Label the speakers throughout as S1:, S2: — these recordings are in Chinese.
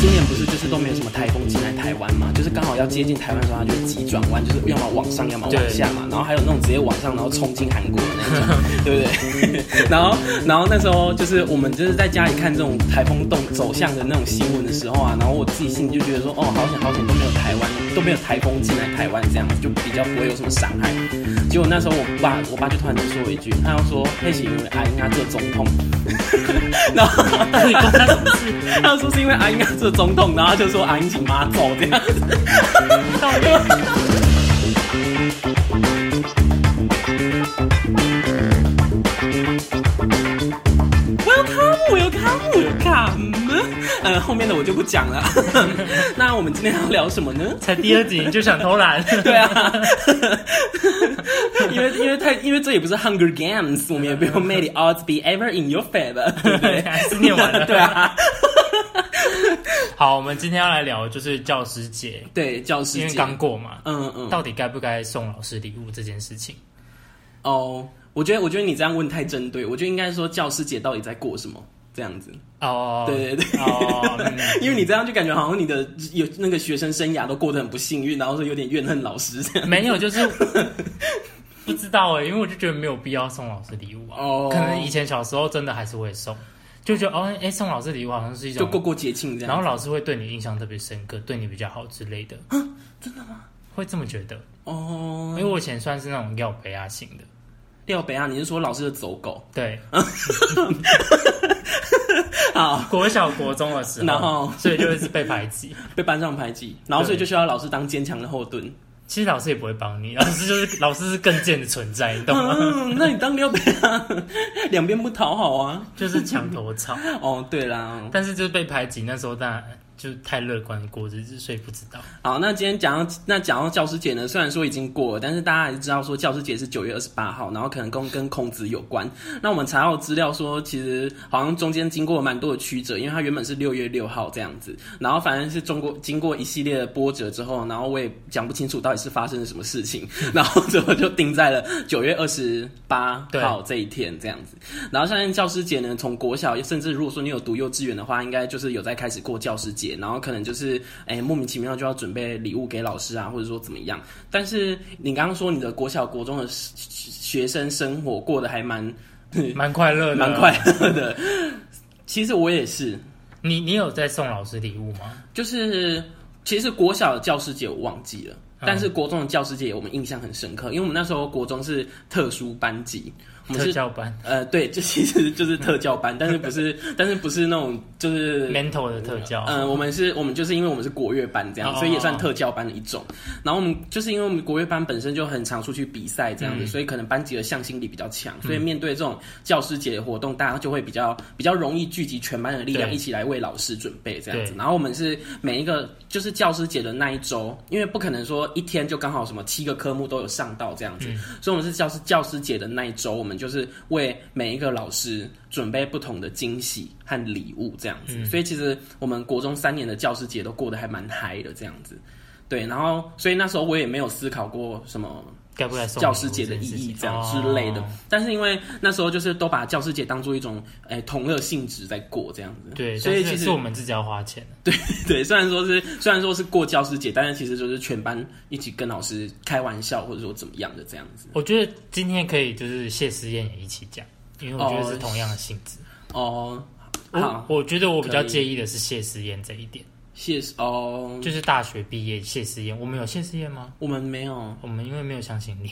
S1: 今年不是就是都没有什么台风进来台湾嘛，就是刚好要接近台湾的时候，它就会急转弯，就是要么往上，要么往下嘛。然后还有那种直接往上，然后冲进韩国的那种，对 不对？然后，然后那时候就是我们就是在家里看这种台风动走向的那种新闻的时候啊，然后我自己心里就觉得说，哦，好险好险都没有台湾都没有台风进来台湾，这样子就比较不会有什么伤害。结果那时候我爸我爸就突然就说一句，他就说黑喜因为阿英他做总统， 然后 他 他说是因为阿英要做总统，然后他就说阿英请妈走这样 子。Welcome, welcome, welcome。呃，后面的我就不讲了。 那我们今天要聊什么呢？
S2: 才第二集你就想 偷懒？
S1: 对啊，因为因为太因为这也不是 Hunger Games，我们也不用 May the odds be ever in your favor，对不对？
S2: 还是念完了
S1: 对啊，
S2: 好，我们今天要来聊就是教师节，
S1: 对，教师
S2: 因为
S1: 节，
S2: 刚过嘛，
S1: 嗯嗯，
S2: 到底该不该送老师礼物这件事情？
S1: 哦，我觉得我觉得你这样问太针对，我觉得应该说教师节到底在过什么这样子，
S2: 哦，
S1: 对对对。
S2: 哦，嗯
S1: 因为你这样就感觉好像你的有那个学生生涯都过得很不幸运，然后是有点怨恨老师这样。
S2: 没有，就是 不知道哎、因为我就觉得没有必要送老师礼物啊。
S1: 哦
S2: 可能以前小时候真的还是会送，就觉得哦，哎、送老师礼物好像是一
S1: 就
S2: 种
S1: 过过节庆这
S2: 然
S1: 样。
S2: 后老师会对你印象特别深刻，对你比较好之类的。
S1: 啊
S2: 真的吗？会这么觉得？因
S1: 哦，
S2: 为我以前算是那种要杯啊型的，
S1: 廖北啊，你是说老师的走狗？
S2: 对，
S1: 好，
S2: 国小国中的时候，
S1: 然后
S2: 所以就是被排挤。
S1: 被班上排挤，然后所以就需要老师当坚强的后盾。
S2: 其实老师也不会帮你，老 师就是老师是更贱的存在，你懂 吗？
S1: 嗯，那你当廖北啊，两边不讨好啊。
S2: 就是墙头草。
S1: 哦，对啦，
S2: 但是就是被排挤，那时候当然就太乐观过日子，所以不知道。
S1: 好，那今天讲到那讲到教师节呢，虽然说已经过了，但是大家还是知道说教师节是九月二十八号，然后可能跟跟孔子有关。那我们查到资料说，其实好像中间经过了蛮多的曲折，因为它原本是六月六号这样子，然后反正是中国经过一系列的波折之后，然后我也讲不清楚到底是发生了什么事情， 然后最后就定在了九月二十八
S2: 对
S1: 号这一天这样子。然后相信教师节呢，从国小，甚至如果说你有读幼稚园的话，应该就是有在开始过教师节，然后可能就是哎莫名其妙就要准备礼物给老师啊，或者说怎么样。但是你刚刚说你的国小、国中的学学生生活过得还蛮
S2: 蛮快乐 的，
S1: 蛮。快乐的，其实我也是，
S2: 你你有在送老师礼物吗？
S1: 就是其实国小的教师节我忘记了，
S2: 嗯
S1: 但是国中的教师节我们印象很深刻，因为我们那时候国中是特殊班级，我们
S2: 特
S1: 是
S2: 教班
S1: 呃，对，就其实就是特教班，但是不是，但是不是那种就是
S2: ，mental 的特教。
S1: 嗯、我们是，我们就是因为我们是国乐班这样，
S2: 哦
S1: 所以也算特教班的一种。然后我们就是因为我们国乐班本身就很常出去比赛这样
S2: 嗯
S1: 子，所以可能班级的向心力比较强，所以面对这种教师节活动，大家就会比较比较容易聚集全班的力量，
S2: 对
S1: 一起来为老师准备这样子
S2: 对。
S1: 然后我们是每一个就是教师节的那一周，因为不可能说一天就刚好什么七个科目都有上到这样子，所以我们是教师教师节的那一周，我们就是为每一个老师准备不同的惊喜和礼物这样子。所以其实我们国中三年的教师节都过得还蛮嗨的这样子。对，然后所以那时候我也没有思考过什么
S2: 该不该送
S1: 教师节的意义这样之类的，
S2: 哦
S1: 但是因为那时候就是都把教师节当做一种诶同乐性质在过这样子。
S2: 对，
S1: 所以
S2: 但
S1: 其
S2: 是
S1: 实
S2: 是我们自己要花钱的。
S1: 对，虽然说是虽然说是过教师节，但是其实就是全班一起跟老师开玩笑，或者说怎么样的这样子。
S2: 我觉得今天可以就是谢师宴也一起讲，因为我觉得是同样的性质。
S1: 哦，好
S2: 我，我觉得我比较
S1: 可以
S2: 介意的是谢师宴这一点，
S1: 谢谢哦，
S2: 就是大学毕业谢师宴，我们有谢师宴吗？
S1: 我们没有。
S2: 我们因为没有向心力，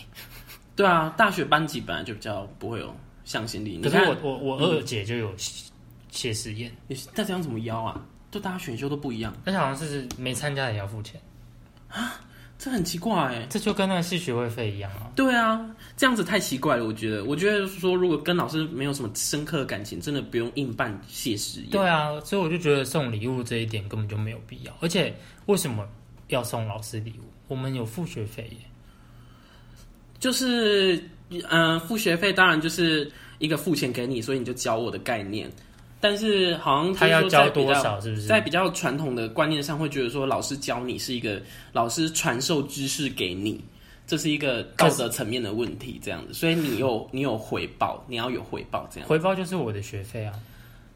S1: 对啊，大学班级本来就比较不会有向心力。你
S2: 可是
S1: 看
S2: 我我我二姐就有谢谢师宴，
S1: 你大家怎么邀啊？就大家选修都不一样，
S2: 但是好像是没参加也要付钱，
S1: 这很奇怪哎、
S2: 这就跟那个系学会费一样啊。
S1: 对啊，这样子太奇怪了，我觉得。我觉得说，如果跟老师没有什么深刻的感情，真的不用硬办谢师宴。
S2: 对啊，所以我就觉得送礼物这一点根本就没有必要，而且为什么要送老师礼物？我们有付学费耶。
S1: 呃就是，嗯、付学费当然就是一个付钱给你，所以你就教我的概念。但是好像
S2: 他要
S1: 就是说
S2: 教
S1: 在比
S2: 多
S1: 较
S2: 少，是不是？
S1: 在比较传统的观念上，会觉得说老师教你是一个老师传授知识给你，这是一个道德层面的问题，这样子。所以你有你有回报，你要有回报，这样。
S2: 回报就是我的学费啊，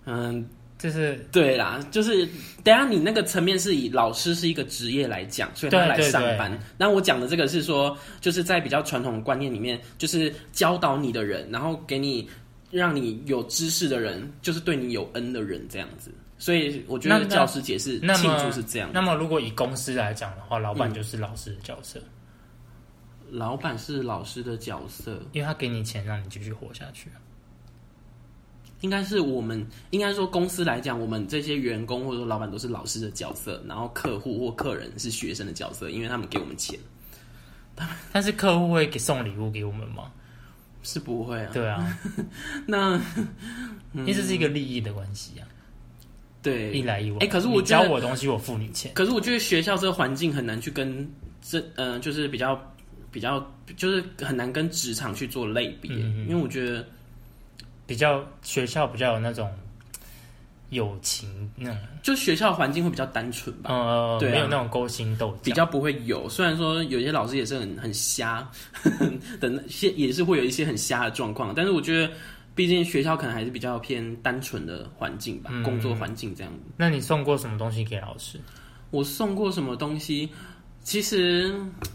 S1: 嗯，
S2: 就是
S1: 对啦，就是等一下你那个层面是以老师是一个职业来讲，所以他
S2: 对
S1: 来
S2: 对
S1: 上
S2: 对
S1: 班。那我讲的这个是说，就是在比较传统的观念里面，就是教导你的人，然后给你让你有知识的人，就是对你有恩的人，这样子。所以我觉
S2: 那
S1: 得
S2: 那
S1: 教师解释
S2: 那
S1: 庆
S2: 么
S1: 祝是这样。
S2: 那么如果以公司来讲的话，老
S1: 嗯
S2: 板就是老师的角色，
S1: 老板是老师的角色，
S2: 因为他给你钱让你继续活下去啊。
S1: 应该是我们应该说公司来讲，我们这些员工或者说老板都是老师的角色，然后客户或客人是学生的角色，因为他们给我们钱
S2: 但是客户会给送礼物给我们吗？
S1: 是不会啊。嗯
S2: 对啊，
S1: 那
S2: 因为这是一个利益的关系啊，一
S1: 对，
S2: 来一往。
S1: 哎可是我
S2: 你
S1: 觉
S2: 教
S1: 得
S2: 我东西，我付你钱。
S1: 可是我觉得学校这个环境很难去跟这嗯、呃，就是比较比较就是很难跟职场去做类比，
S2: 嗯嗯嗯
S1: 因为我觉得
S2: 比较学校比较有那种友情那种，
S1: 就学校环境会比较单纯吧。
S2: 呃，
S1: 对啊
S2: 没有那种勾心斗
S1: 比
S2: 角。
S1: 较不会有，虽然说有些老师也是很很瞎 的那 些，也是会有一些很瞎的状况，但是我觉得，毕竟学校可能还是比较偏单纯的环境吧，
S2: 嗯
S1: 工作环境这样子。
S2: 那你送过什么东西给老师？
S1: 我送过什么东西？其实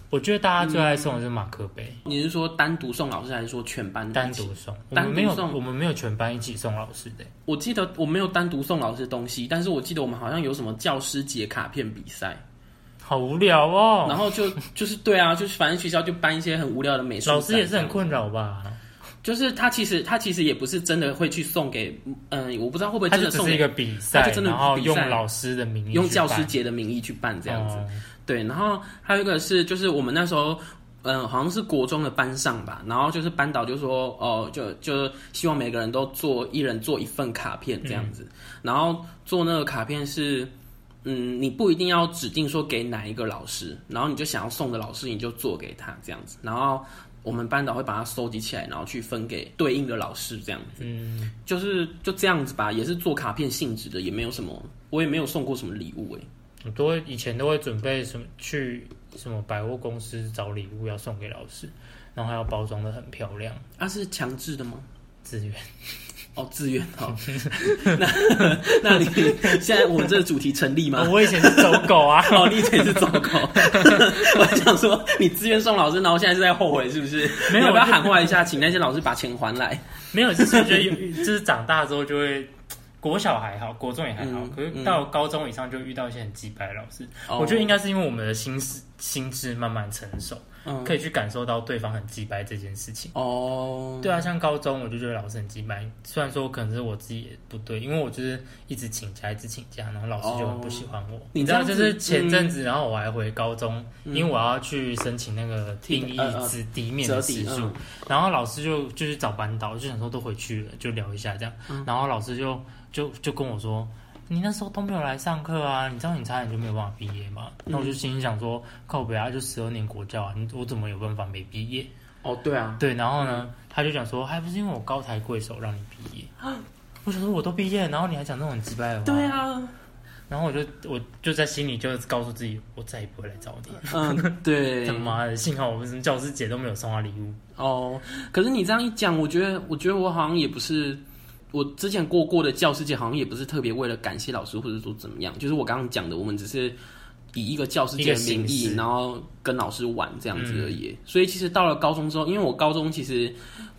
S2: 我觉得大家最爱送的是马克杯，
S1: 你是说单独送老师，还是说全班一起
S2: 单？独送。
S1: 嗯
S2: 我
S1: 单
S2: 们
S1: 独
S2: 没有，
S1: 送
S2: 我们没有全班一起送老师的。
S1: 我记得我没有单独送老师东西，但是我记得我们好像有什么教师节卡片比赛，
S2: 好无聊哦。
S1: 然后就就是对啊， 就是反正学校就办一些很无聊的美术展
S2: 老
S1: 这
S2: 师
S1: 样。啊
S2: 也是很困扰吧？
S1: 就是他其实他其实也不是真的会去送给，嗯、我不知道会不会
S2: 他
S1: 真
S2: 就
S1: 的
S2: 只
S1: 送
S2: 是一
S1: 给
S2: 个比赛，
S1: 他就真的
S2: 然后
S1: 比赛
S2: 用老师的名义
S1: 用
S2: 去
S1: 教师
S2: 办
S1: 节的名义去办这样子。
S2: 哦
S1: 对，然后还有一个是，就是我们那时候。嗯，好像是国中的班上吧，然后就是班导就说，哦，就就希望每个人都做一人做一份卡片这样子，然后做那个卡片是，嗯，你不一定要指定说给哪一个老师，然后你就想要送的老师你就做给他这样子，然后我们班导会把它收集起来，然后去分给对应的老师这样子。
S2: 嗯，
S1: 就是就这样子吧，也是做卡片性质的，也没有什么，我也没有送过什么礼物哎、
S2: 我都会以前都会准备什么去什么百货公司找礼物要送给老师，然后还要包装的很漂亮，
S1: 啊是强制的吗？
S2: 自 愿。
S1: 哦，自愿哦。 那 那你现在我们这个主题成立 吗？，
S2: 我以前是走狗啊
S1: 哦，你以前是走狗， 我想说你自愿送老师，然后现在是在后悔是不是？
S2: 没有
S1: 你要不要
S2: 我就
S1: 喊话一下，请那些老师把钱还来？
S2: 没有，就是觉得有就是长大之后就会。国小还好，国中也还好，
S1: 嗯
S2: 可是到高中以上就遇到一些很鸡掰的老师。
S1: 哦
S2: 我觉得应该是因为我们的心思心智慢慢成熟，
S1: 嗯
S2: 可以去感受到对方很鸡掰这件事情。
S1: 哦，
S2: 对啊，像高中我就觉得老师很鸡掰，虽然说可能是我自己也不对，因为我就是一直请假，一直请假，然后老师就很不喜欢我。
S1: 哦你
S2: 知道，
S1: 这
S2: 就
S1: 样子嗯
S2: 是前阵子，然后我还回高中，因为我要去申请那个
S1: 替
S2: 定义
S1: 呃呃
S2: 字底面的时
S1: 折抵嗯
S2: 数，然后老师就就去找班导，就想说都回去了，就聊一下这样，
S1: 嗯
S2: 然后老师就就就跟我说。你那时候都没有来上课啊！你知道你差点就没有办法毕业吗？那
S1: 嗯
S2: 我就心里想说，靠北啊，就十二年国教啊，你我怎么有办法没毕业？
S1: 哦对啊，
S2: 对，然后呢，他就讲说，还不是因为我高抬贵手让你毕业。我想说我都毕业，然后你还讲那种很直白的话。
S1: 啊对。啊，
S2: 然后我就我就在心里就告诉自己，我再也不会来找你。
S1: 嗯 对，
S2: 他妈的，幸好我们什么教师节都没有送他礼物。
S1: 哦，可是你这样一讲，我觉得，我觉得我好像也不是，我之前过过的教师节好像也不是特别为了感谢老师，或者说怎么样，就是我刚刚讲的，我们只是以一个教师节的名
S2: 一个形
S1: 义，
S2: 式嗯
S1: 然后跟老师玩这样子而已。所以其实到了高中之后，因为我高中其实。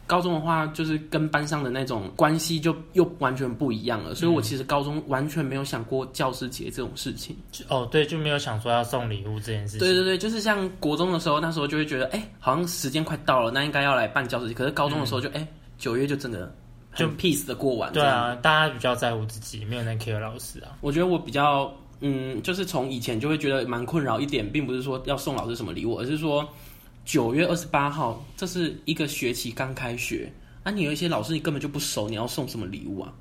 S1: 高中的话，就是跟班上的那种关系就又完全不一样了，所以我其实高中完全没有想过教师节这种事情。
S2: 就哦，对，就没有想说要送礼物这件事情。
S1: 对对对，就是像国中的时候，那时候就会觉得，哎、好像时间快到了，那应该要来办教师节。可是高中的时候就，哎、九、月就整个很 peace 的过完。
S2: 嗯对
S1: 这样，
S2: 啊，大家比较在乎自己，没有那 care 老师啊。
S1: 我觉得我比较，嗯，就是从以前就会觉得蛮困扰一点，并不是说要送老师什么礼物，而是说九月二十八号，这 是一个学期刚开学，啊，你有一些老师你根本就不熟，你要送什么礼物啊？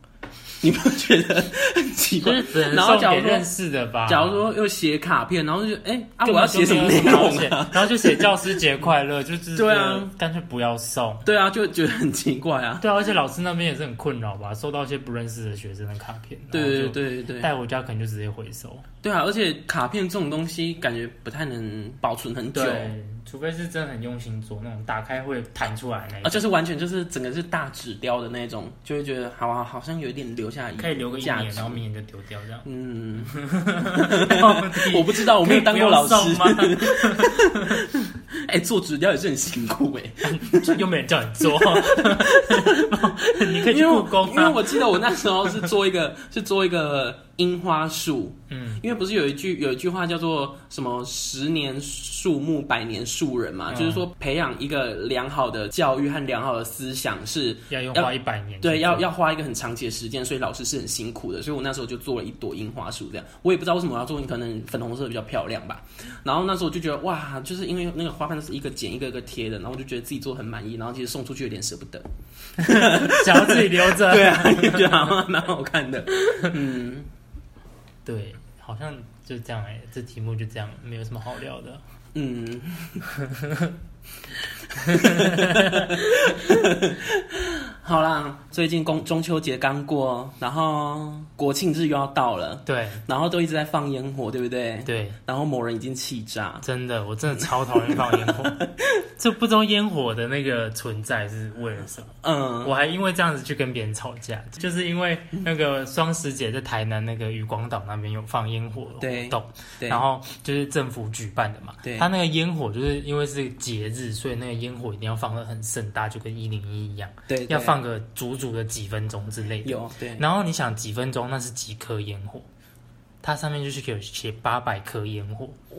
S1: 你不觉得很奇怪
S2: 就是只？能
S1: 然后
S2: 送
S1: 假
S2: 给
S1: 如
S2: 认
S1: 说，
S2: 识的吧。
S1: 假如说又写卡片，然后就哎、啊，
S2: 根
S1: 我
S2: 本
S1: 要
S2: 就
S1: 写什么
S2: 没有
S1: 内
S2: 要
S1: 容
S2: 写
S1: 啊？
S2: 然后就写教师节快 乐，就是
S1: 对啊，
S2: 干脆不要送。
S1: 对啊，就觉得很奇怪啊。
S2: 对啊，而且老师那边也是很困扰吧，收到一些不认识的学生的卡片，
S1: 对
S2: 然后
S1: 对
S2: 就
S1: 对对对
S2: 带回家可能就直接回收。
S1: 对啊！而且卡片这种东西感觉不太能保存很久啊，
S2: 对，除非是真的很用心做那种，打开会弹出来那一种，
S1: 啊就是完全就是整个是大纸雕的那种，就会觉得好啊，好像有点留下
S2: 可以留个一
S1: 啊价
S2: 年，哦
S1: 值。
S2: 然。后明年就丢掉这样
S1: 嗯，
S2: 到底
S1: 我不知道，我没有当过老
S2: 可
S1: 师。
S2: 以不用
S1: 哎、做纸雕也是很辛苦哎、
S2: 送吗？又没人叫你做， 你可以去
S1: 因为
S2: 故
S1: 我
S2: 宫
S1: 因为
S2: 啊。
S1: 我记得我那时候是做一个是做一个樱花树，
S2: 嗯，
S1: 因为不是有一句有一句话叫做什么“十年树木，百年树人”嘛，
S2: 嗯
S1: 就是说培养一个良好的教育和良好的思想是。
S2: 要用
S1: 要
S2: 花一百年去做，
S1: 对，要 要花一个很长期的时间，所以老师是很辛苦的。所以我那时候就做了一朵樱花树，这样我也不知道为什么我要做，可能粉红色比较漂亮吧。然后那时候我就觉得哇，就是因为那个花瓣是一个剪一个一个贴的，然后我就觉得自己做得很满意，然后其实送出去有点舍不得。
S2: 想要自己留着。
S1: 对啊， 就觉得好像蛮好看的。嗯，
S2: 对，好像就这样哎、这题目就这样，没有什么好聊的。
S1: 嗯， 好啦，最近中中秋节刚过，然后国庆日又要到了，
S2: 对
S1: 然后都一直在放烟火，对不对？
S2: 对，
S1: 然后某人已经气炸，
S2: 真的，我真的超讨厌放烟 火，就不知道烟火的那个存在是为了什么。
S1: 嗯，
S2: 我还因为这样子去跟别人吵架，就是因为那个双十节在台南那个渔光岛那边有放烟火活
S1: 对
S2: 动，
S1: 对
S2: 然，后就是政府举办的嘛
S1: 对，
S2: 它那个烟火就是因为是节日，所以那个烟火一定要放的很盛大，就跟一零一一样，
S1: 对，
S2: 要
S1: 对
S2: 放个足足的几分钟之类的。
S1: 有对，
S2: 然后你想几分钟，那是几颗烟火，它上面就是有写八百颗烟火，
S1: 哦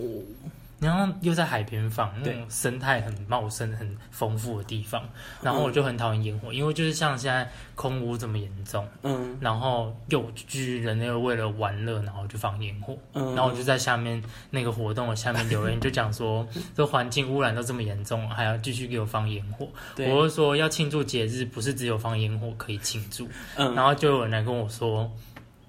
S2: 然后又在海边放，那
S1: 对
S2: 种生态很茂盛、很丰富的地方。然后我就很讨厌烟火，因为就是像现在空污这么严重，
S1: 嗯
S2: 然后又居人类为了玩乐，然后就放烟火。
S1: 嗯，
S2: 然后我就在下面那个活动的下面留言，就讲 说这环境污染都这么严重，还要继续给我放烟火。
S1: 对，
S2: 我就说要庆祝节日，不是只有放烟火可以庆祝。
S1: 嗯
S2: 然后就有人来跟我说：“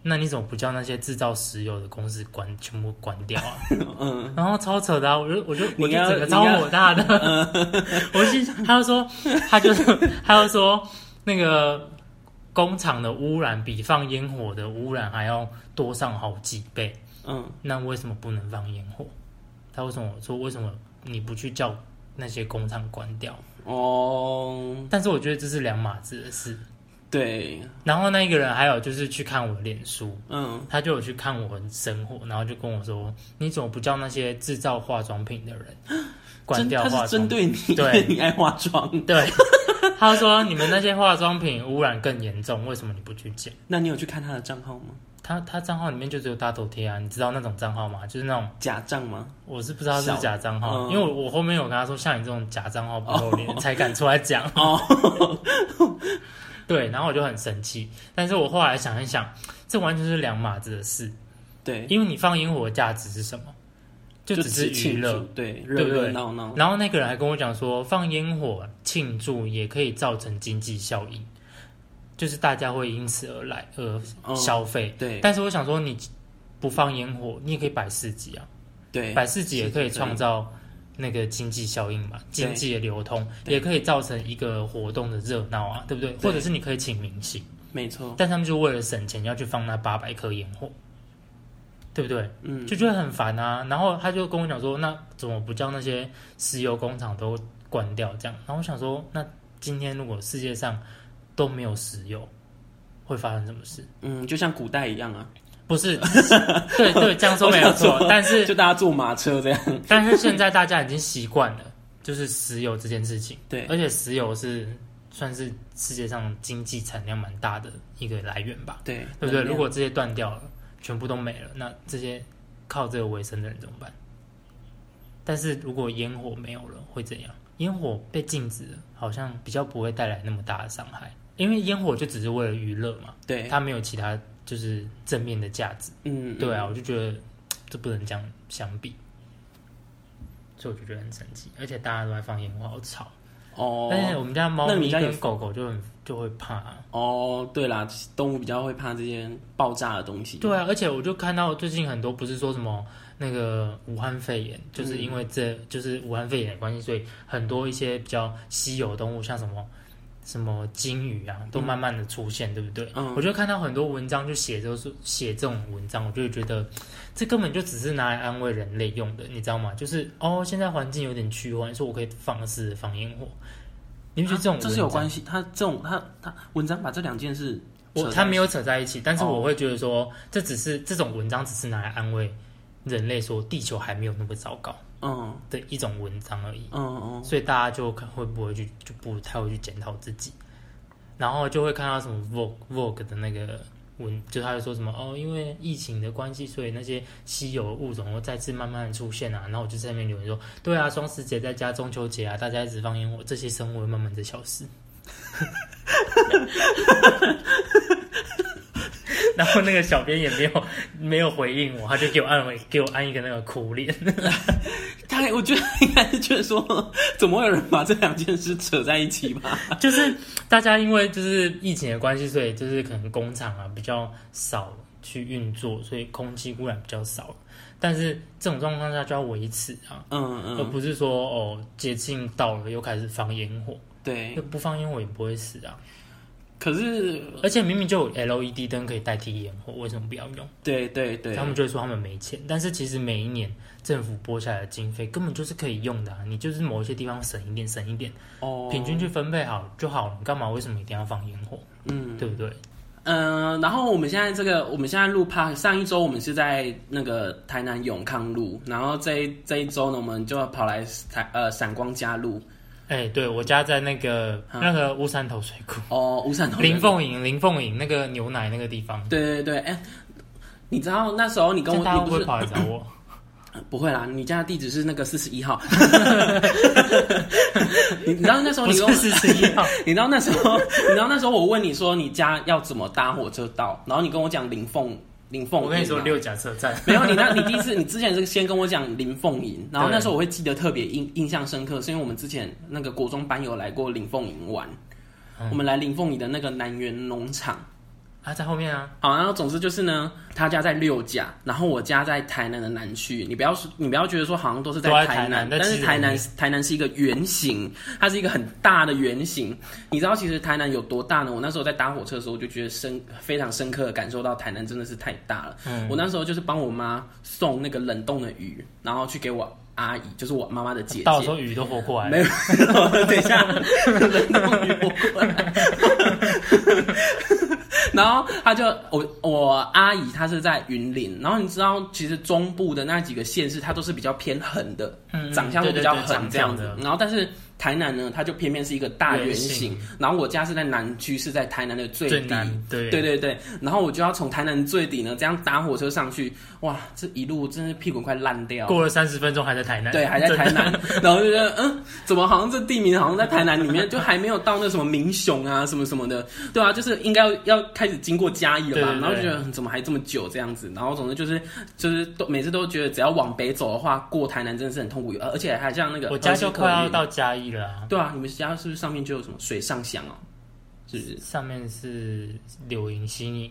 S2: 那你怎么不叫那些制造石油的公司关全部关掉啊
S1: 嗯。？”
S2: 然后超扯的、啊，我就我就
S1: 你
S2: 我
S1: 应
S2: 就
S1: 该
S2: 整个超火大的， 我心他就说他就他就说那个工厂的污染比放烟火的污染还要多上好几倍，
S1: 嗯
S2: 那为什么不能放烟火？他为什么说为什么你不去叫那些工厂关掉？
S1: 哦，
S2: 但是我觉得这是两码子的事。
S1: 对，
S2: 然后那一个人还有就是去看我的脸书，
S1: 嗯
S2: 他就有去看我生活，然后就跟我说：“你怎么不叫那些制造化妆品的人 关
S1: 真
S2: 掉
S1: 他
S2: 化
S1: 是针
S2: 妆品
S1: 对你，因为
S2: 对
S1: 你爱化妆？”。
S2: 对，他说：“你们那些化妆品污染更严重，为什么你不去讲
S1: 那你有去看他的账号吗？？”
S2: 他他账号里面就只有大头贴啊，你知道那种账号吗？就是那种
S1: 假账吗？
S2: 我是不知道是不是假账号，
S1: 小嗯
S2: 因为我我后面有跟他说，像你这种假账号不露脸、 才敢出来讲。
S1: 哦
S2: 对，然后我就很生气，但是我后来想一想，这完全是两码子的事，
S1: 对，
S2: 因为你放烟火的价值是什么？就只是娱
S1: 庆
S2: 乐
S1: 祝，，对，
S2: 对
S1: 热
S2: 不对
S1: 热闹闹，
S2: 然后那个人还跟我讲说，放烟火庆祝也可以造成经济效益，就是大家会因此而来而
S1: 嗯
S2: 消费。
S1: 对
S2: 但是我想说，你不放烟火，你也可以摆市集啊，
S1: 对
S2: 摆市集也可以创造那个经济效应嘛，
S1: 对
S2: 经济的流通
S1: 对
S2: 也可以造成一个活动的热闹啊，对不对？
S1: 对
S2: 或者是你可以请明星，
S1: 没错，
S2: 但他们就为了省钱要去放那八百颗烟火，对不对？
S1: 嗯，
S2: 就觉得很烦啊。然后他就跟我讲说，那怎么不叫那些石油工厂都关掉这样？然后我想说，那今天如果世界上都没有石油，会发生什么事？
S1: 嗯，就像古代一样啊，
S2: 不是， 对对，这样说没有
S1: 我想
S2: 错
S1: 说，
S2: 但是
S1: 就大家坐马车这样，
S2: 但是现在大家已经习惯了，就是石油这件事情，
S1: 对
S2: 而且石油是算是世界上经济产量蛮大的一个来源吧，
S1: 对
S2: 对不对？
S1: 能量
S2: 如果这些断掉了，全部都没了，那这些靠这个为生的人怎么办？但是如果烟火没有了，会怎样？烟火被禁止了，好像比较不会带来那么大的伤害，因为烟火就只是为了娱乐嘛，
S1: 对，
S2: 它没有其他就是正面的价值。
S1: 嗯，
S2: 对啊，我就觉得这不能这样相比，所以我就觉得很神奇，而且大家都在放烟火，好吵。
S1: 哦
S2: 但是我们家猫
S1: 那你
S2: 咪
S1: 家也
S2: 跟狗狗就很就会怕。啊
S1: 哦，对啦，动物比较会怕这些爆炸的东西。
S2: 对啊，而且我就看到最近很多不是说什么那个武汉肺炎，就是因为这、就是武汉肺炎的关系，所以很多一些比较稀有的动物，像什么什么鲸鱼啊，都慢慢的出现，对不对？
S1: 嗯
S2: 我就看到很多文章就写就是写这种文章，我就会觉得这根本就只是拿来安慰人类用的，你知道吗？就是哦，现在环境有点趋缓，所以我可以放肆放烟火。你
S1: 你
S2: 不觉得这种、
S1: 啊这是有关系？他这种他他文章把这两件事扯在一起，
S2: 我他没有扯在一起，但是
S1: 哦
S2: 我会觉得说，这只是这种文章只是拿来安慰人类说地球还没有那么糟糕
S1: 嗯
S2: 的一种文章而已，
S1: 嗯嗯，
S2: 所以大家就可会不会去就不太会去检讨自己，然后就会看到什么 Vogue Vogue 的那个文，就他就说什么哦，因为疫情的关系，所以那些稀有物种会再次慢慢地出现啊，然后我就在那边留言说，对啊，双十节在家，中秋节啊，大家一直放烟火，这些生物会慢慢的消失。 然后那个小编也没有没有回应我，他就给我按了给我按一个那个哭脸。
S1: 他我觉得应该是觉得说，怎么会有人把这两件事扯在一起 吧？
S2: 就是大家因为就是疫情的关系，所以就是可能工厂啊比较少去运作，所以空气污染比较少。但是这种状况下就要维持啊，
S1: 嗯
S2: 而
S1: 嗯，
S2: 不是说哦节庆到了又开始放烟火，
S1: 对。
S2: 又不放烟火也不会死啊。
S1: 可是，
S2: 而且明明就有 LED 灯可以代替烟火，为什么不要用？
S1: 对对对
S2: 他，们就会说他们没钱，但是其实每一年政府拨下来的经费根本就是可以用的、啊，你就是某一些地方省一点省一点，
S1: 哦，
S2: 平均去分配好就好了，你干嘛为什么一定要放烟火？
S1: 嗯
S2: 对不对？
S1: 嗯、呃然后我们现在这个，我们现在录 p 上一周我们是在那个台南永康录，然后这一这一周呢，我们就要跑来台呃闪光家录
S2: 哎、对我家在那个那个乌山头水库，
S1: 哦，无啊闪头
S2: 林凤营林凤营那个牛奶那个地方，
S1: 对对对，哎、你知道那时候你跟
S2: 这大家
S1: 我你不
S2: 会不会
S1: 是
S2: 跑来找我？
S1: 不会啦，你家的地址是那个四十 一号，你你知道那时候
S2: 不
S1: 你
S2: 是
S1: 跟我
S2: 四十一号，
S1: 你知道那时候， 你知道那时候我问你说你家要怎么搭火车到，然后你跟我讲林凤林凤营
S2: 我跟你说
S1: 嘛
S2: 六甲车站，
S1: 没有你那，你第一次你之前是先跟我讲林凤营，然后那时候我会记得特别印印象深刻，是因为我们之前那个国中班有来过林凤营玩，
S2: 嗯
S1: 我们来林凤营的那个南园农场。
S2: 啊，在后面啊，
S1: 好，然后总之就是呢，他家在六甲，然后我家在台南的南区。你不要你不要觉得说好像都是
S2: 都在
S1: 台
S2: 台南但
S1: 但
S2: 其
S1: 是
S2: 实
S1: 台南
S2: 我
S1: 台南是一个圆形，它是一个很大的圆形。你知道其实台南有多大呢？我那时候在搭火车的时候，我就觉得深非常深刻的感受到台南真的是太大了。
S2: 嗯
S1: 我那时候就是帮我妈送那个冷冻的鱼，然后去给我阿姨，就是我妈妈的姐姐。
S2: 到时候雨都活过来
S1: 没
S2: 了，
S1: 有，等一下，冷冻鱼我过来。 然后他就我我阿姨她是在云林，然后你知道其实中部的那几个县市，它都是比较偏横的，
S2: 嗯嗯
S1: 长相都
S2: 对对
S1: 比较
S2: 对
S1: 横
S2: 长
S1: 这样
S2: 相
S1: 子
S2: 的。
S1: 然后但是台南呢，它就偏偏是一个大圆
S2: 圆
S1: 形
S2: 形。
S1: 然后我家是在南区，是在台南的最
S2: 最
S1: 底
S2: 难对
S1: 对对对，然后我就要从台南最底呢，这样搭火车上去，哇，这一路真是屁股快烂掉了。
S2: 过了三十分钟还在台南，
S1: 对，还在
S2: 真的
S1: 台南，然后就觉得嗯，怎么好像这地名好像在台南里面，就还没有到那什么民雄啊什么什么的，对啊，就是应该要要开始经过嘉义了吧，
S2: 对对对
S1: 然后就觉得嗯怎么还这么久这样子，然后总之就是就是都每次都觉得只要往北走的话，过台南真的是很痛苦，而而且还像那个
S2: 我家
S1: 儿时
S2: 就
S1: 客
S2: 快要
S1: 运
S2: 到嘉义了啊，
S1: 对啊，你们家是不是上面就有什么水上乡哦？是不是？
S2: 上面是柳营、新营，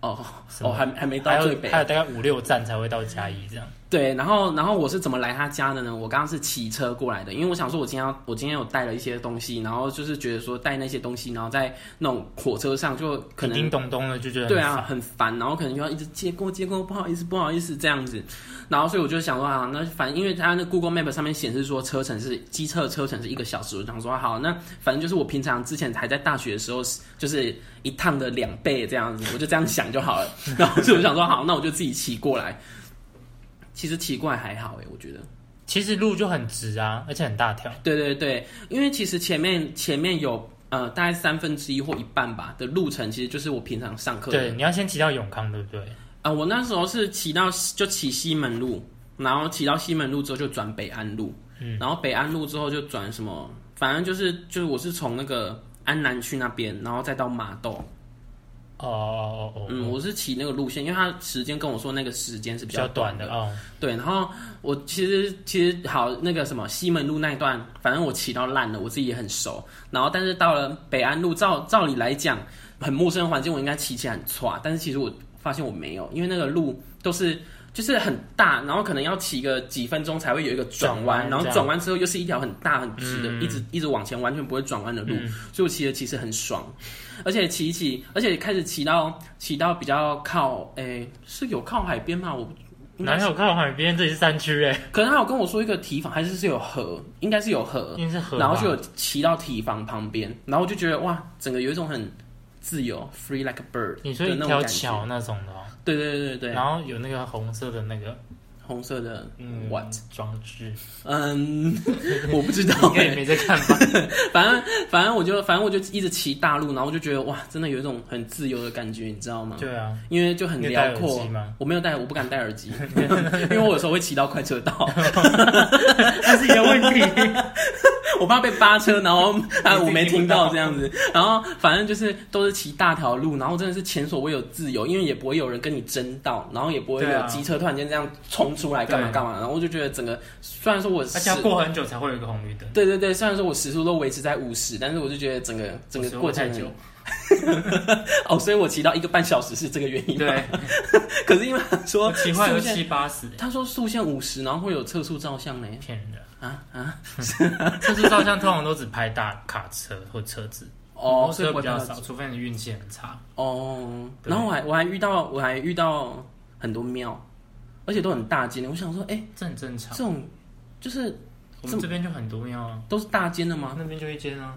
S1: 哦
S2: 什么
S1: 哦，还还没
S2: 还
S1: 到最
S2: 有
S1: 北，
S2: 还有大概五六站才会到嘉义这样。
S1: 对，然后然后我是怎么来他家的呢？我刚刚是骑车过来的，因为我想说，我今天要我今天有带了一些东西，然后就是觉得说带那些东西，然后在那种火车上就可
S2: 叮叮
S1: 能
S2: 咚咚的就觉得很
S1: 对啊很烦，然后可能就要一直接过接过，不好意思不好意思这样子，然后所以我就想说啊，那反正因为他那 Google Map 上面显示说车程是机车的车程是一个小时，我想说好，那反正就是我平常之前还在大学的时候，就是一趟的两倍这样子，我就这样想就好了，然后所以我想说好，那我就自己骑过来。其实奇怪还好哎、我觉得。
S2: 其实路就很直啊，而且很大条。
S1: 对对对，因为其实前面前面有呃大概三分之一或一半吧的路程，其实就是我平常上课的
S2: 对，你要先骑到永康，对不对？
S1: 啊、我那时候是骑到就骑西门路，然后骑到西门路之后就转北安路，
S2: 嗯
S1: 然后北安路之后就转什么，反正就是就是我是从那个安南区那边，然后再到麻豆，
S2: 哦哦哦哦，
S1: 嗯，我是骑那个路线，因为他时间跟我说那个时间是
S2: 比
S1: 比
S2: 较
S1: 较
S2: 短
S1: 短
S2: 的
S1: 的。
S2: 哦，
S1: 对，然后我其实其实好那个什么西门路那一段，反正我骑到烂了，我自己也很熟。然后但是到了北安路，照照理来讲，很陌生的环境，我应该骑起来很差，但是其实我发现我没有，因为那个路都是。就是很大，然后可能要骑个几分钟才会有一个转
S2: 转
S1: 弯，
S2: 弯
S1: 然后
S2: 这样
S1: 转弯之后又是一条很大很直的，
S2: 嗯
S1: 一直一直往前，完全不会转弯的路，所以我骑的其实很爽。而且骑一骑，而且开始骑到骑到比较靠，诶、是有靠海边吗？我应该
S2: 哪有靠海边？这里是山区哎，
S1: 可能他有跟我说一个堤防，还是是有河，应该是有河，
S2: 应该是河吧。
S1: 然后呃就有骑到堤防旁边，然后我就觉得哇，整个有一种很自由，free like a bird
S2: 你说
S1: 的
S2: 一
S1: 那种
S2: 条
S1: 感觉。
S2: 桥那种的哦，
S1: 对对对对对，
S2: 然后有那个红色的那个
S1: 红色的
S2: 嗯
S1: what？
S2: 装 置，
S1: 嗯，我不知道、
S2: 你应该也
S1: 欸，
S2: 没在看吧？
S1: 反正反正我就反正我就一直骑大路，然后我就觉得哇，真的有一种很自由的感觉，你知道吗？
S2: 对啊，
S1: 因为就很
S2: 你有
S1: 辽
S2: 戴耳
S1: 阔
S2: 机。吗？
S1: 我没有戴，我不敢戴耳机，因为我有时候会骑到快车道，
S2: 那是你的问 题。
S1: 我怕被扒车，然 后啊我没听到
S2: 你自己听不到
S1: 这样子，然后反正就是都是骑大条路，然后真的是前所未有自由，因为也不会有人跟你争道，然后也不会
S2: 对啊
S1: 有机车突然间这样冲出来干嘛
S2: 对
S1: 干嘛，然后我就觉得整个虽然说我
S2: 而
S1: 时
S2: 且要过很久才会有一个红绿灯，
S1: 对对对，虽然说我时速都维持在五十，但是我就觉得整个整个
S2: 50
S1: 过
S2: 会太
S1: 程
S2: 久。
S1: 哦，所以我骑到一个半小时是这个原因 吗。
S2: 对，
S1: 可是因为他说
S2: 我骑快
S1: 速
S2: 有
S1: 限，
S2: 七八十欸，
S1: 他说速限五十，然后会有测速照相呢。
S2: 骗人的。
S1: 啊啊！
S2: 测试照相通常都只拍大卡车或车子，
S1: 哦
S2: 摩托，
S1: 所以
S2: 车
S1: 不
S2: 比较
S1: 太
S2: 少，除非你运气很差。
S1: 哦，
S2: 对
S1: 然后我还我还遇到我还遇到很多庙，而且都很大间的。我想说，哎、
S2: 这很正
S1: 这
S2: 常。
S1: 种就是
S2: 我们这边就很多庙啊，
S1: 都是大间的吗？
S2: 那边就一间啊，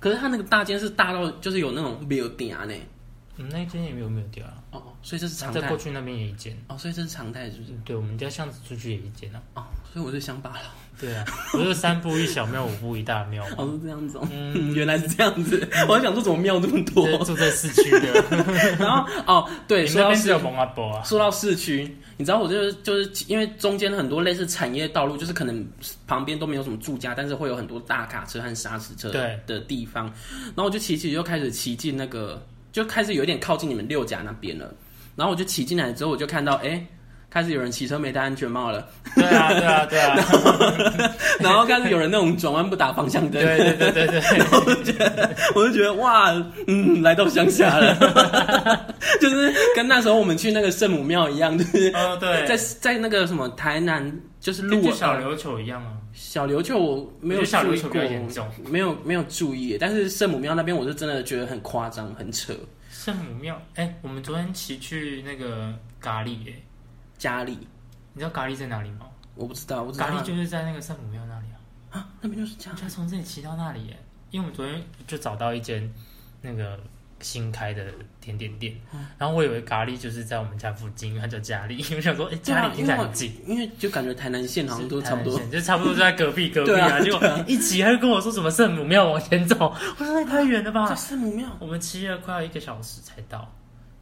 S1: 可是它那个大间是大到就是有那种 building 啊呢。
S2: 我嗯们那一间也没有没有掉啊。
S1: 哦，所以这是常
S2: 再
S1: 态
S2: 过。去那边也一间，嗯
S1: 哦，所以这是常态，是不是？
S2: 对，我们家巷子出去也一间啊。
S1: 哦，所以我就乡巴佬。
S2: 对啊，不是三步一小庙，五步一大庙吗？
S1: 哦，是这样子哦。嗯， 原来是这样子。
S2: 嗯
S1: 我还想说怎么庙这么多。
S2: 这住在市区的，
S1: 然后哦， 对，
S2: 你们
S1: 说到
S2: 那边只有
S1: 市，
S2: 蒙阿伯啊。
S1: 说到市区，你知道我就是就是因为中间很多类似产业道路，就是可能旁边都没有什么住家，但是会有很多大卡车和砂石车
S2: 对
S1: 的地方。然后我就骑骑就开始骑进那个，就开始有点靠近你们六甲那边了。然后我就骑进来之后，我就看到哎。开始有人骑车没戴安全帽了，
S2: 对啊，对 啊，对啊，
S1: 然后开始有人那种转弯不打方向灯，
S2: 对对对对对，
S1: 我就觉得哇，嗯，来到乡下了， 就是跟那时候我们去那个圣母庙一样，就是
S2: 哦对，
S1: 在在那个什么台南，就是啊
S2: 跟
S1: 鹿
S2: 就小琉球一样啊，
S1: 小琉球我没有
S2: 我觉得小
S1: 注
S2: 琉
S1: 意
S2: 球
S1: 过
S2: 比较严重，
S1: 没有没有注意，但是圣母庙那边我是真的觉得很夸张，很扯。
S2: 圣母庙。哎，我们昨天骑去那个咖喱，哎，
S1: 嘉里
S2: 你知道咖喱在哪里吗？
S1: 我不知道，我只知道
S2: 咖喱就是在那个圣母庙那里啊，
S1: 啊那边就是嘉里
S2: 就从这里骑到那里耶。因为我们昨天就找到一间那个新开的甜点店，
S1: 嗯
S2: 然后我以为咖喱就是在我们家附近，因为它叫家里，因为想说，哎、
S1: 对
S2: 家
S1: 啊
S2: 里，
S1: 因
S2: 听起
S1: 为
S2: 来很
S1: 我
S2: 近。
S1: 因为就感觉台南县好像都差不多
S2: 台南。县就差不多就在隔壁隔壁
S1: 对啊
S2: 结果一骑他就跟我说什么圣母庙往前走，我说那也太远了
S1: 这
S2: 吧。
S1: 啊圣母庙，
S2: 我们骑了快要一个小时才到，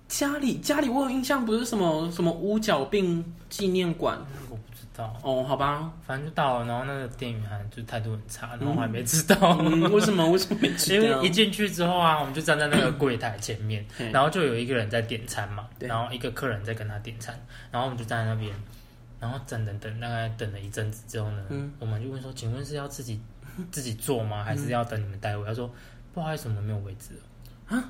S1: 嘉里嘉里，我有印象，不是什么什么乌角病纪念馆
S2: 我不知道，
S1: 哦？好 吧，
S2: 反正就到了，然后那个店员还就态度很差，然后我还没吃到。
S1: 嗯， 为什么为什么没吃
S2: 因
S1: 掉
S2: 为一？进去之后啊，我们就站在那个柜台前面
S1: 嗯，
S2: 然后就有一个人在点餐嘛，
S1: 对
S2: 然后一个客人在跟他点餐，然后我们就站在那边，然后等等等，大概等了一阵子之后呢，
S1: 嗯
S2: 我们就问说，请问是要自己自己做吗，还是要等你们带位？他说不好意思，我们没有位置了。
S1: 啊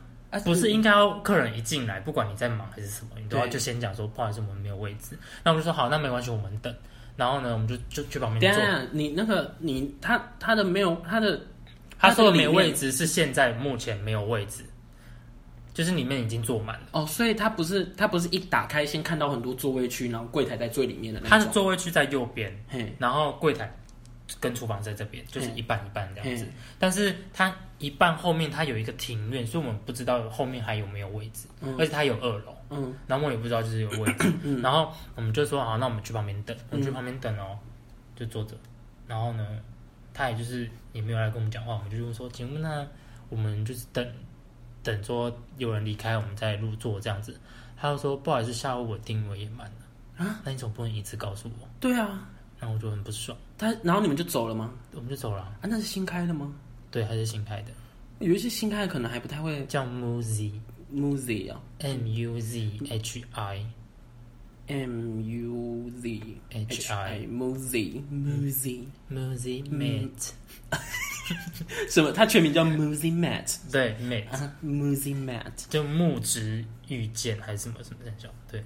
S2: 不是应该要客人一进来，不管你在忙还是什么，你都要
S1: 对
S2: 就先讲说不好意思，我们没有位置。那我们就说好，那没关系，我们等。然后呢，我们就就去旁
S1: 等
S2: 边
S1: 一下，
S2: 坐
S1: 等。一下你那个你他他的没有他的
S2: 他说的
S1: 它是里
S2: 没
S1: 面
S2: 位置是现在目前没有位置，就是里面已经坐满了。
S1: 哦，所以他不是他不是一打开先看到很多座位区，然后柜台在最里面的那
S2: 他的
S1: 种。
S2: 座位区在右边，
S1: 嘿，
S2: 然后柜台跟厨房在这边，就是一半一半这样子
S1: 嗯。
S2: 但是它一半后面它有一个庭院，所以我们不知道后面还有没有位置，而且它有二楼。
S1: 嗯，
S2: 然后我也不知道就是有位置，然后我们就说好，那我们去旁边等，
S1: 嗯
S2: 我们去旁边等哦，就坐着。然后呢，他也就是也没有来跟我们讲话，我们就问说，请问那我们就是等等说有人离开，我们再入座这样子。他就说不好意思，下午我定位也满了，啊，那你总不能一次告诉我？
S1: 对啊，
S2: 然后我就很不爽，
S1: 他然后你们就走了吗？
S2: 我们就走了啊。
S1: 啊，那是新开的吗？
S2: 对，还是新开的
S1: 有一些新开的可能还不太会
S2: 叫 Muzi，
S1: Muzi 啊
S2: ，M U Z H I
S1: ，M U Z
S2: H I
S1: Muzi Muzi
S2: Muzi Met，
S1: 什么？它全 名叫 Muzi Matt
S2: 对 Met，
S1: 啊，Muzi Matt
S2: 就木质遇见还是什么什么在叫？对，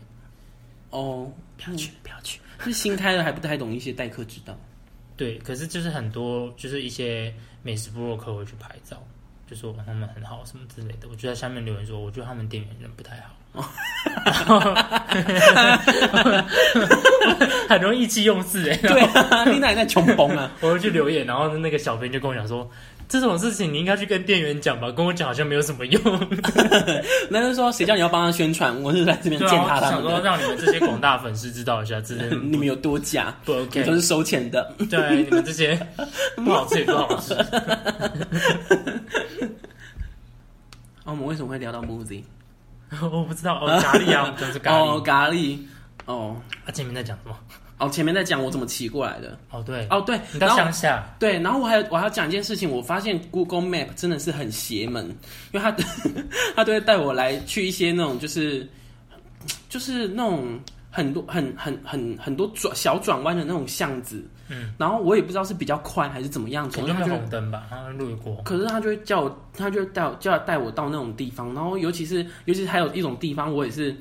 S1: 哦，不要去不要去，是新开的还不太懂一些待客之道。
S2: 对，可是就是很多就是一些美食部落客会去拍照，就说哦他们很好什么之类的。我就在下面留言说，我觉得他们店员人不太好，
S1: 哦
S2: 很容易意气用 事哎、
S1: 对啊，你奶奶穷崩啊！
S2: 我就去留言，然后那个小编就跟我讲说，这种事情你应该去跟店员讲吧，跟我讲好像没有什么用。
S1: 那就说谁叫你要帮他宣传，我是来这边
S2: 对
S1: 践
S2: 啊，
S1: 踏他们
S2: 我想说
S1: 的。
S2: 让你们这些广大粉丝知道一下，这是
S1: 你们有多假？
S2: 不
S1: 你
S2: OK，
S1: 都是收钱的。
S2: 对你们这些不好吃也不好吃。
S1: 哦，我们为什么会聊到 Muzi？
S2: 我不知道哦，咖喱啊，我们讲是咖
S1: 哦，
S2: 喱。
S1: 咖喱。哦
S2: 他前面在讲什么？
S1: 哦，前面在讲我怎么骑过来的。
S2: 哦，对，
S1: 哦，对，
S2: 你到
S1: 然后
S2: 乡下，
S1: 对，然后我还有我还要讲一件事情，我发现 Google Map 真的是很邪门，因为它 它都会带我来去一些那种就是就是那种很多很很很很多转小转弯的那种巷子，嗯，然后我也不知道是比较宽还是怎么样，
S2: 可
S1: 总之
S2: 能就
S1: 它
S2: 没
S1: 就
S2: 有红灯吧，他路过。
S1: 可是他就会叫我，他就会带我叫带我到那种地方，然后尤其是尤其是还有一种地方，我也是，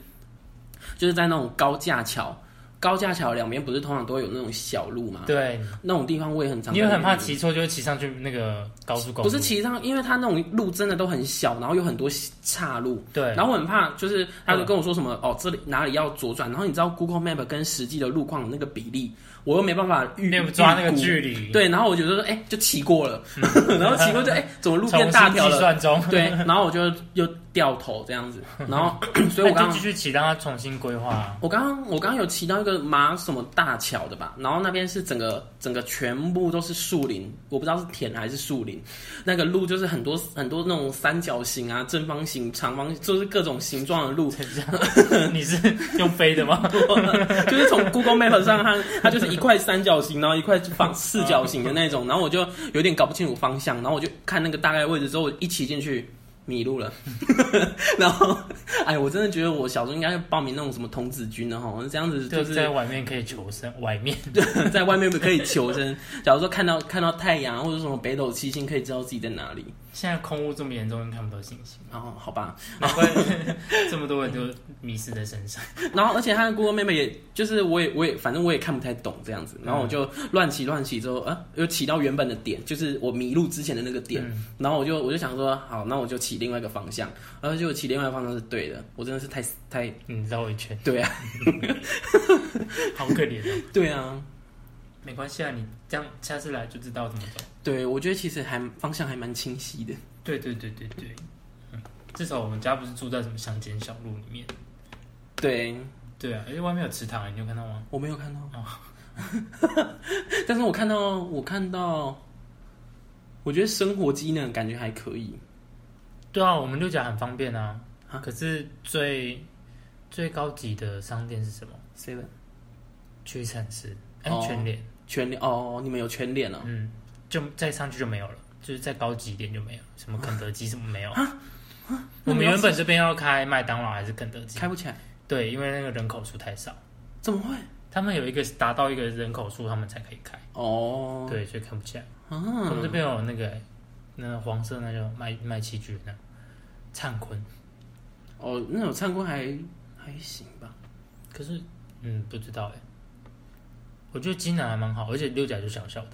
S1: 就是在那种高架桥，高架桥两边不是通常都会有那种小路嘛？
S2: 对，
S1: 那种地方我也很常，
S2: 因为很怕，骑错，就会骑上去那个高速公
S1: 不
S2: 路。
S1: 是骑上，因为它那种路真的都很小，然后有很多岔路，
S2: 对，
S1: 然后我很怕，就是他就跟我说什么、哦，这里哪里要左转，然后你知道 Google Map 跟实际的路况的那个比例，我又没办法预
S2: 没有抓那个
S1: 预估
S2: 距离，，嗯
S1: 对，然后我觉得说，哎、就骑过了， 然后骑过就哎、怎么路变
S2: 重
S1: 大
S2: 新
S1: 条
S2: 计
S1: 了？
S2: 算中。
S1: 对，然后我就又掉头这样子，然后所以
S2: 那
S1: 我刚
S2: 你哎就
S1: 刚
S2: 继续骑，让他重新规划。
S1: 我刚刚我刚刚有骑到一个马什么大桥的吧，然后那边是整个整个全部都是树林，我不知道是田还是树林，那个路就是很多很多那种三角形啊、正方形、长方形，就是各种形状的路，
S2: 等一下， 你是用飞的 吗？
S1: 就是从 Google Map 上它它就是一块三角形，然后一块方四角形的那种，然后我就有点搞不清楚方向，然后我就看那个大概位置之后，我一骑进去迷路了， 然后哎，我真的觉得我小时候应该报名那种什么童子军的哈，这样子就
S2: 就是在外面可以求生，外面
S1: 在外面可以求生。假如说看到看到太阳或者什么北斗七星，可以知道自己在哪里。
S2: 现在空污这么严重，你看不到星星，
S1: 然后好吧，
S2: 难怪这么多人都迷失在身上。
S1: 然后而且他的 Google 妹妹也就是我也我也反正我也看不太懂这样子，然后我就乱骑乱骑之后啊，又骑到原本的点，就是我迷路之前的那个点，然后我就我就想说好，那我就骑另外一个方向，然后就骑另外一个方向是对的，我真的是太太
S2: 你绕一圈，
S1: 对 啊
S2: 好可怜哦。
S1: 对啊，
S2: 没关系啊，你这样下次来就知道怎么走。
S1: 对我觉得其实还方向还蛮清晰的，
S2: 对对对对对，嗯，至少我们家不是住在什么乡间小路里面。
S1: 对
S2: 对啊，而且外面有池塘，你有看到吗？
S1: 我没有看到， 但是我看到我看到，我觉得生活机能感觉还可以，
S2: 对啊，我们六甲很方便啊。
S1: 啊
S2: 可是最最高级的商店是什么？
S1: 谁的
S2: 屈臣氏，哎、
S1: 哦
S2: 全联，
S1: 全脸哦，你们有全脸哦。
S2: 嗯，就再上去就没有了，就是再高级一点就没有，什么肯德基什么没有。
S1: 啊
S2: 我们原本这边要开麦当劳还是肯德基
S1: 开，不起来，
S2: 对，因为那个人口数太少，
S1: 怎么会？
S2: 他们有一个达到一个人口数，他们才可以开，
S1: 哦，
S2: 对，所以看不起来。我们这
S1: 嗯，
S2: 边有那个那个黄色那叫卖卖器具那灿坤，
S1: 哦，那种参观还还行吧。
S2: 可是嗯不知道哎、我觉得金南还蛮好，而且六甲就小小的，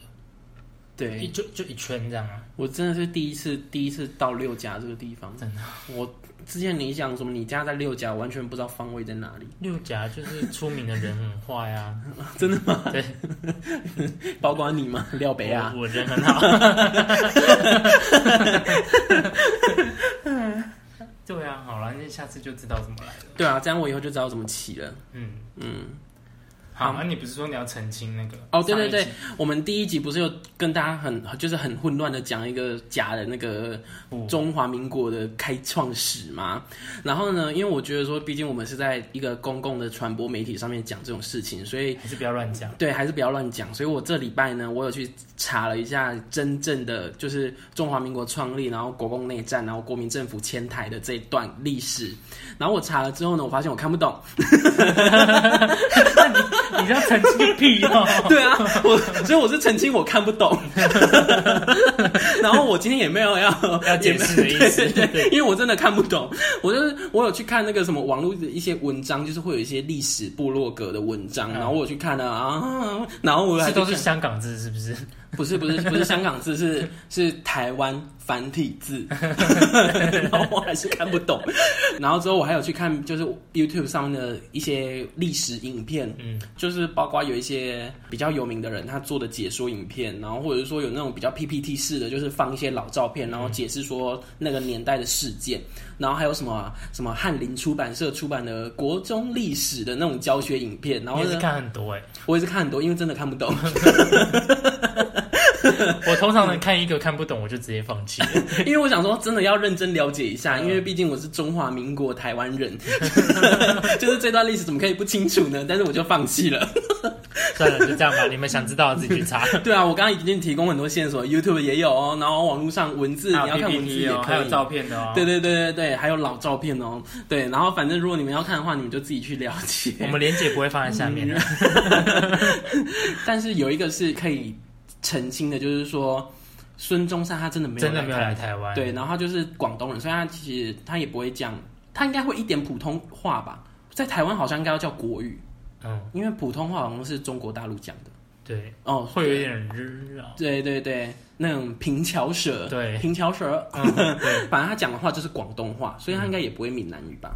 S2: 一
S1: 对，
S2: 就就一圈这样啊，
S1: 我真的是第一次第一次到六甲这个地方，
S2: 真的。
S1: 我之前你讲什么，你家在六甲，我完全不知道方位在哪 里，
S2: 六甲就是出名的人很坏啊，
S1: 真的吗？
S2: 对，
S1: 包括你吗？廖北啊，
S2: 我我人很 好。对啊，好了，那下次就知道怎么来了。
S1: 对啊，这样我以后就知道怎么骑了。
S2: 嗯，
S1: 嗯，
S2: 好，那、你不是说你要澄清那个？
S1: 哦对对对
S2: 上一集，
S1: 我们第一集不是有跟大家很就是很混乱的讲一个假的那个
S2: 不
S1: 中华民国的开创史嘛？然后呢，因为我觉得说，毕竟我们是在一个公共的传播媒体上面讲这种事情，所以
S2: 还是不要乱 讲。
S1: 对还是不要乱讲。所以我这礼拜呢，我有去查了一下真正的就是中华民国创立，然后国共内战，然后国民政府迁台的这一段历史。然后我查了之后呢，我发现我看不懂。
S2: 你要澄清个屁 哦！
S1: 对啊，我所以我是澄清我看不懂， 然后我今天也没有要
S2: 要解释的意思
S1: 也没有对对对，因为我真的看不懂。我就是我有去看那个什么网络的一些文章，就是会有一些历史部落格的文章，然后我有去看了啊，然后我还去
S2: 这嗯都是
S1: 看
S2: 香港字是不是？
S1: 不是不是不是香港字，是 是台湾繁体字， 然后我还是看不懂。然后之后我还有去看，就是 YouTube 上面的一些历史影片，
S2: 嗯，
S1: 就是包括有一些比较有名的人他做的解说影片，然后或者是说有那种比较 PPT 式的，就是放一些老照片，然后解释说那个年代的事件，然后还有什么啊什么翰林出版社出版的国中历史的那种教学影片，然
S2: 你
S1: 后
S2: 也是
S1: 呢，
S2: 看很多哎、
S1: 我也是看很多，因为真的看不懂。
S2: 我 通常能看一个看不懂，我就直接放弃了。
S1: 因为我想说，真的要认真了解一下，
S2: 嗯
S1: 因为毕竟我是中华民国台湾人， 就是这段历史怎么可以不清楚呢？但是我就放弃 了。
S2: 算了，就这样吧。你们想知道的自己去查。
S1: 对啊，我刚刚已经提供很多线索，YouTube 也有哦，然后网络上文字你
S2: 还
S1: 要
S2: 有
S1: 看文字
S2: PPT
S1: 也
S2: 哦，还
S1: 可
S2: 有
S1: 以。
S2: 照片的哦。
S1: 对对对对对，还有老照片哦，对，然后反正如果你们要看的话，你们就自己去了解。
S2: 我们连接不会放在下面
S1: 嗯
S2: 的。
S1: 但是有一个是可以澄清的，就是说孙中山他真的没有
S2: 真的没有
S1: 台湾
S2: 来台湾。
S1: 对，然后他就是广东人，所以他其实他也不会讲，他应该会一点普通话吧。在台湾好像应该要叫国语，
S2: 嗯，
S1: 因为普通话好像是中国大陆讲的。
S2: 对，
S1: 哦，
S2: 会有一点日 啊。
S1: 对对对，那种平翘舌，
S2: 对
S1: 平翘 舌，
S2: 嗯，对，
S1: 反正他讲的话就是广东话，所以他应该也不会闽南语吧？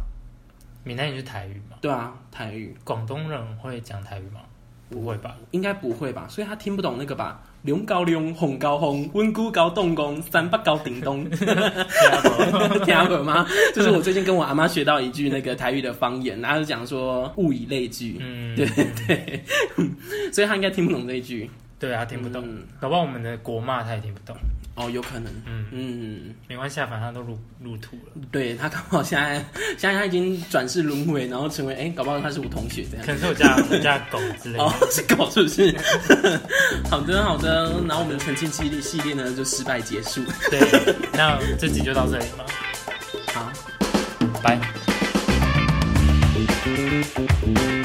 S2: 闽南语是台语嘛？
S1: 对啊，台语
S2: 广东人会讲台语吗？不会 吧？
S1: 应该不会吧？所以他听不懂那个吧？龙高龙，红高红，温姑高洞公，三八高顶东。啊听阿伯吗？就是我最近跟我阿妈学到一句那个台语的方言，然后就讲说物以类聚，
S2: 嗯，
S1: 对对，所以他应该听不懂这一句，
S2: 对啊，听不懂。
S1: 嗯
S2: 搞不好我们的国骂他也听不懂。
S1: 哦，有可能，
S2: 嗯，
S1: 嗯，
S2: 没关系啊，反正他都入入土了。
S1: 对他刚好现在现在他已经转世轮回，然后成为哎、搞不好他是我同学这样。
S2: 可能是 我家我家狗之类
S1: 哦
S2: 的。，
S1: 是狗是不是？ 好的好的，然后我们的澄清系列系列呢就失败结束。
S2: 对，那这集就到这里了，
S1: 好。
S2: 拜。
S3: Thank you.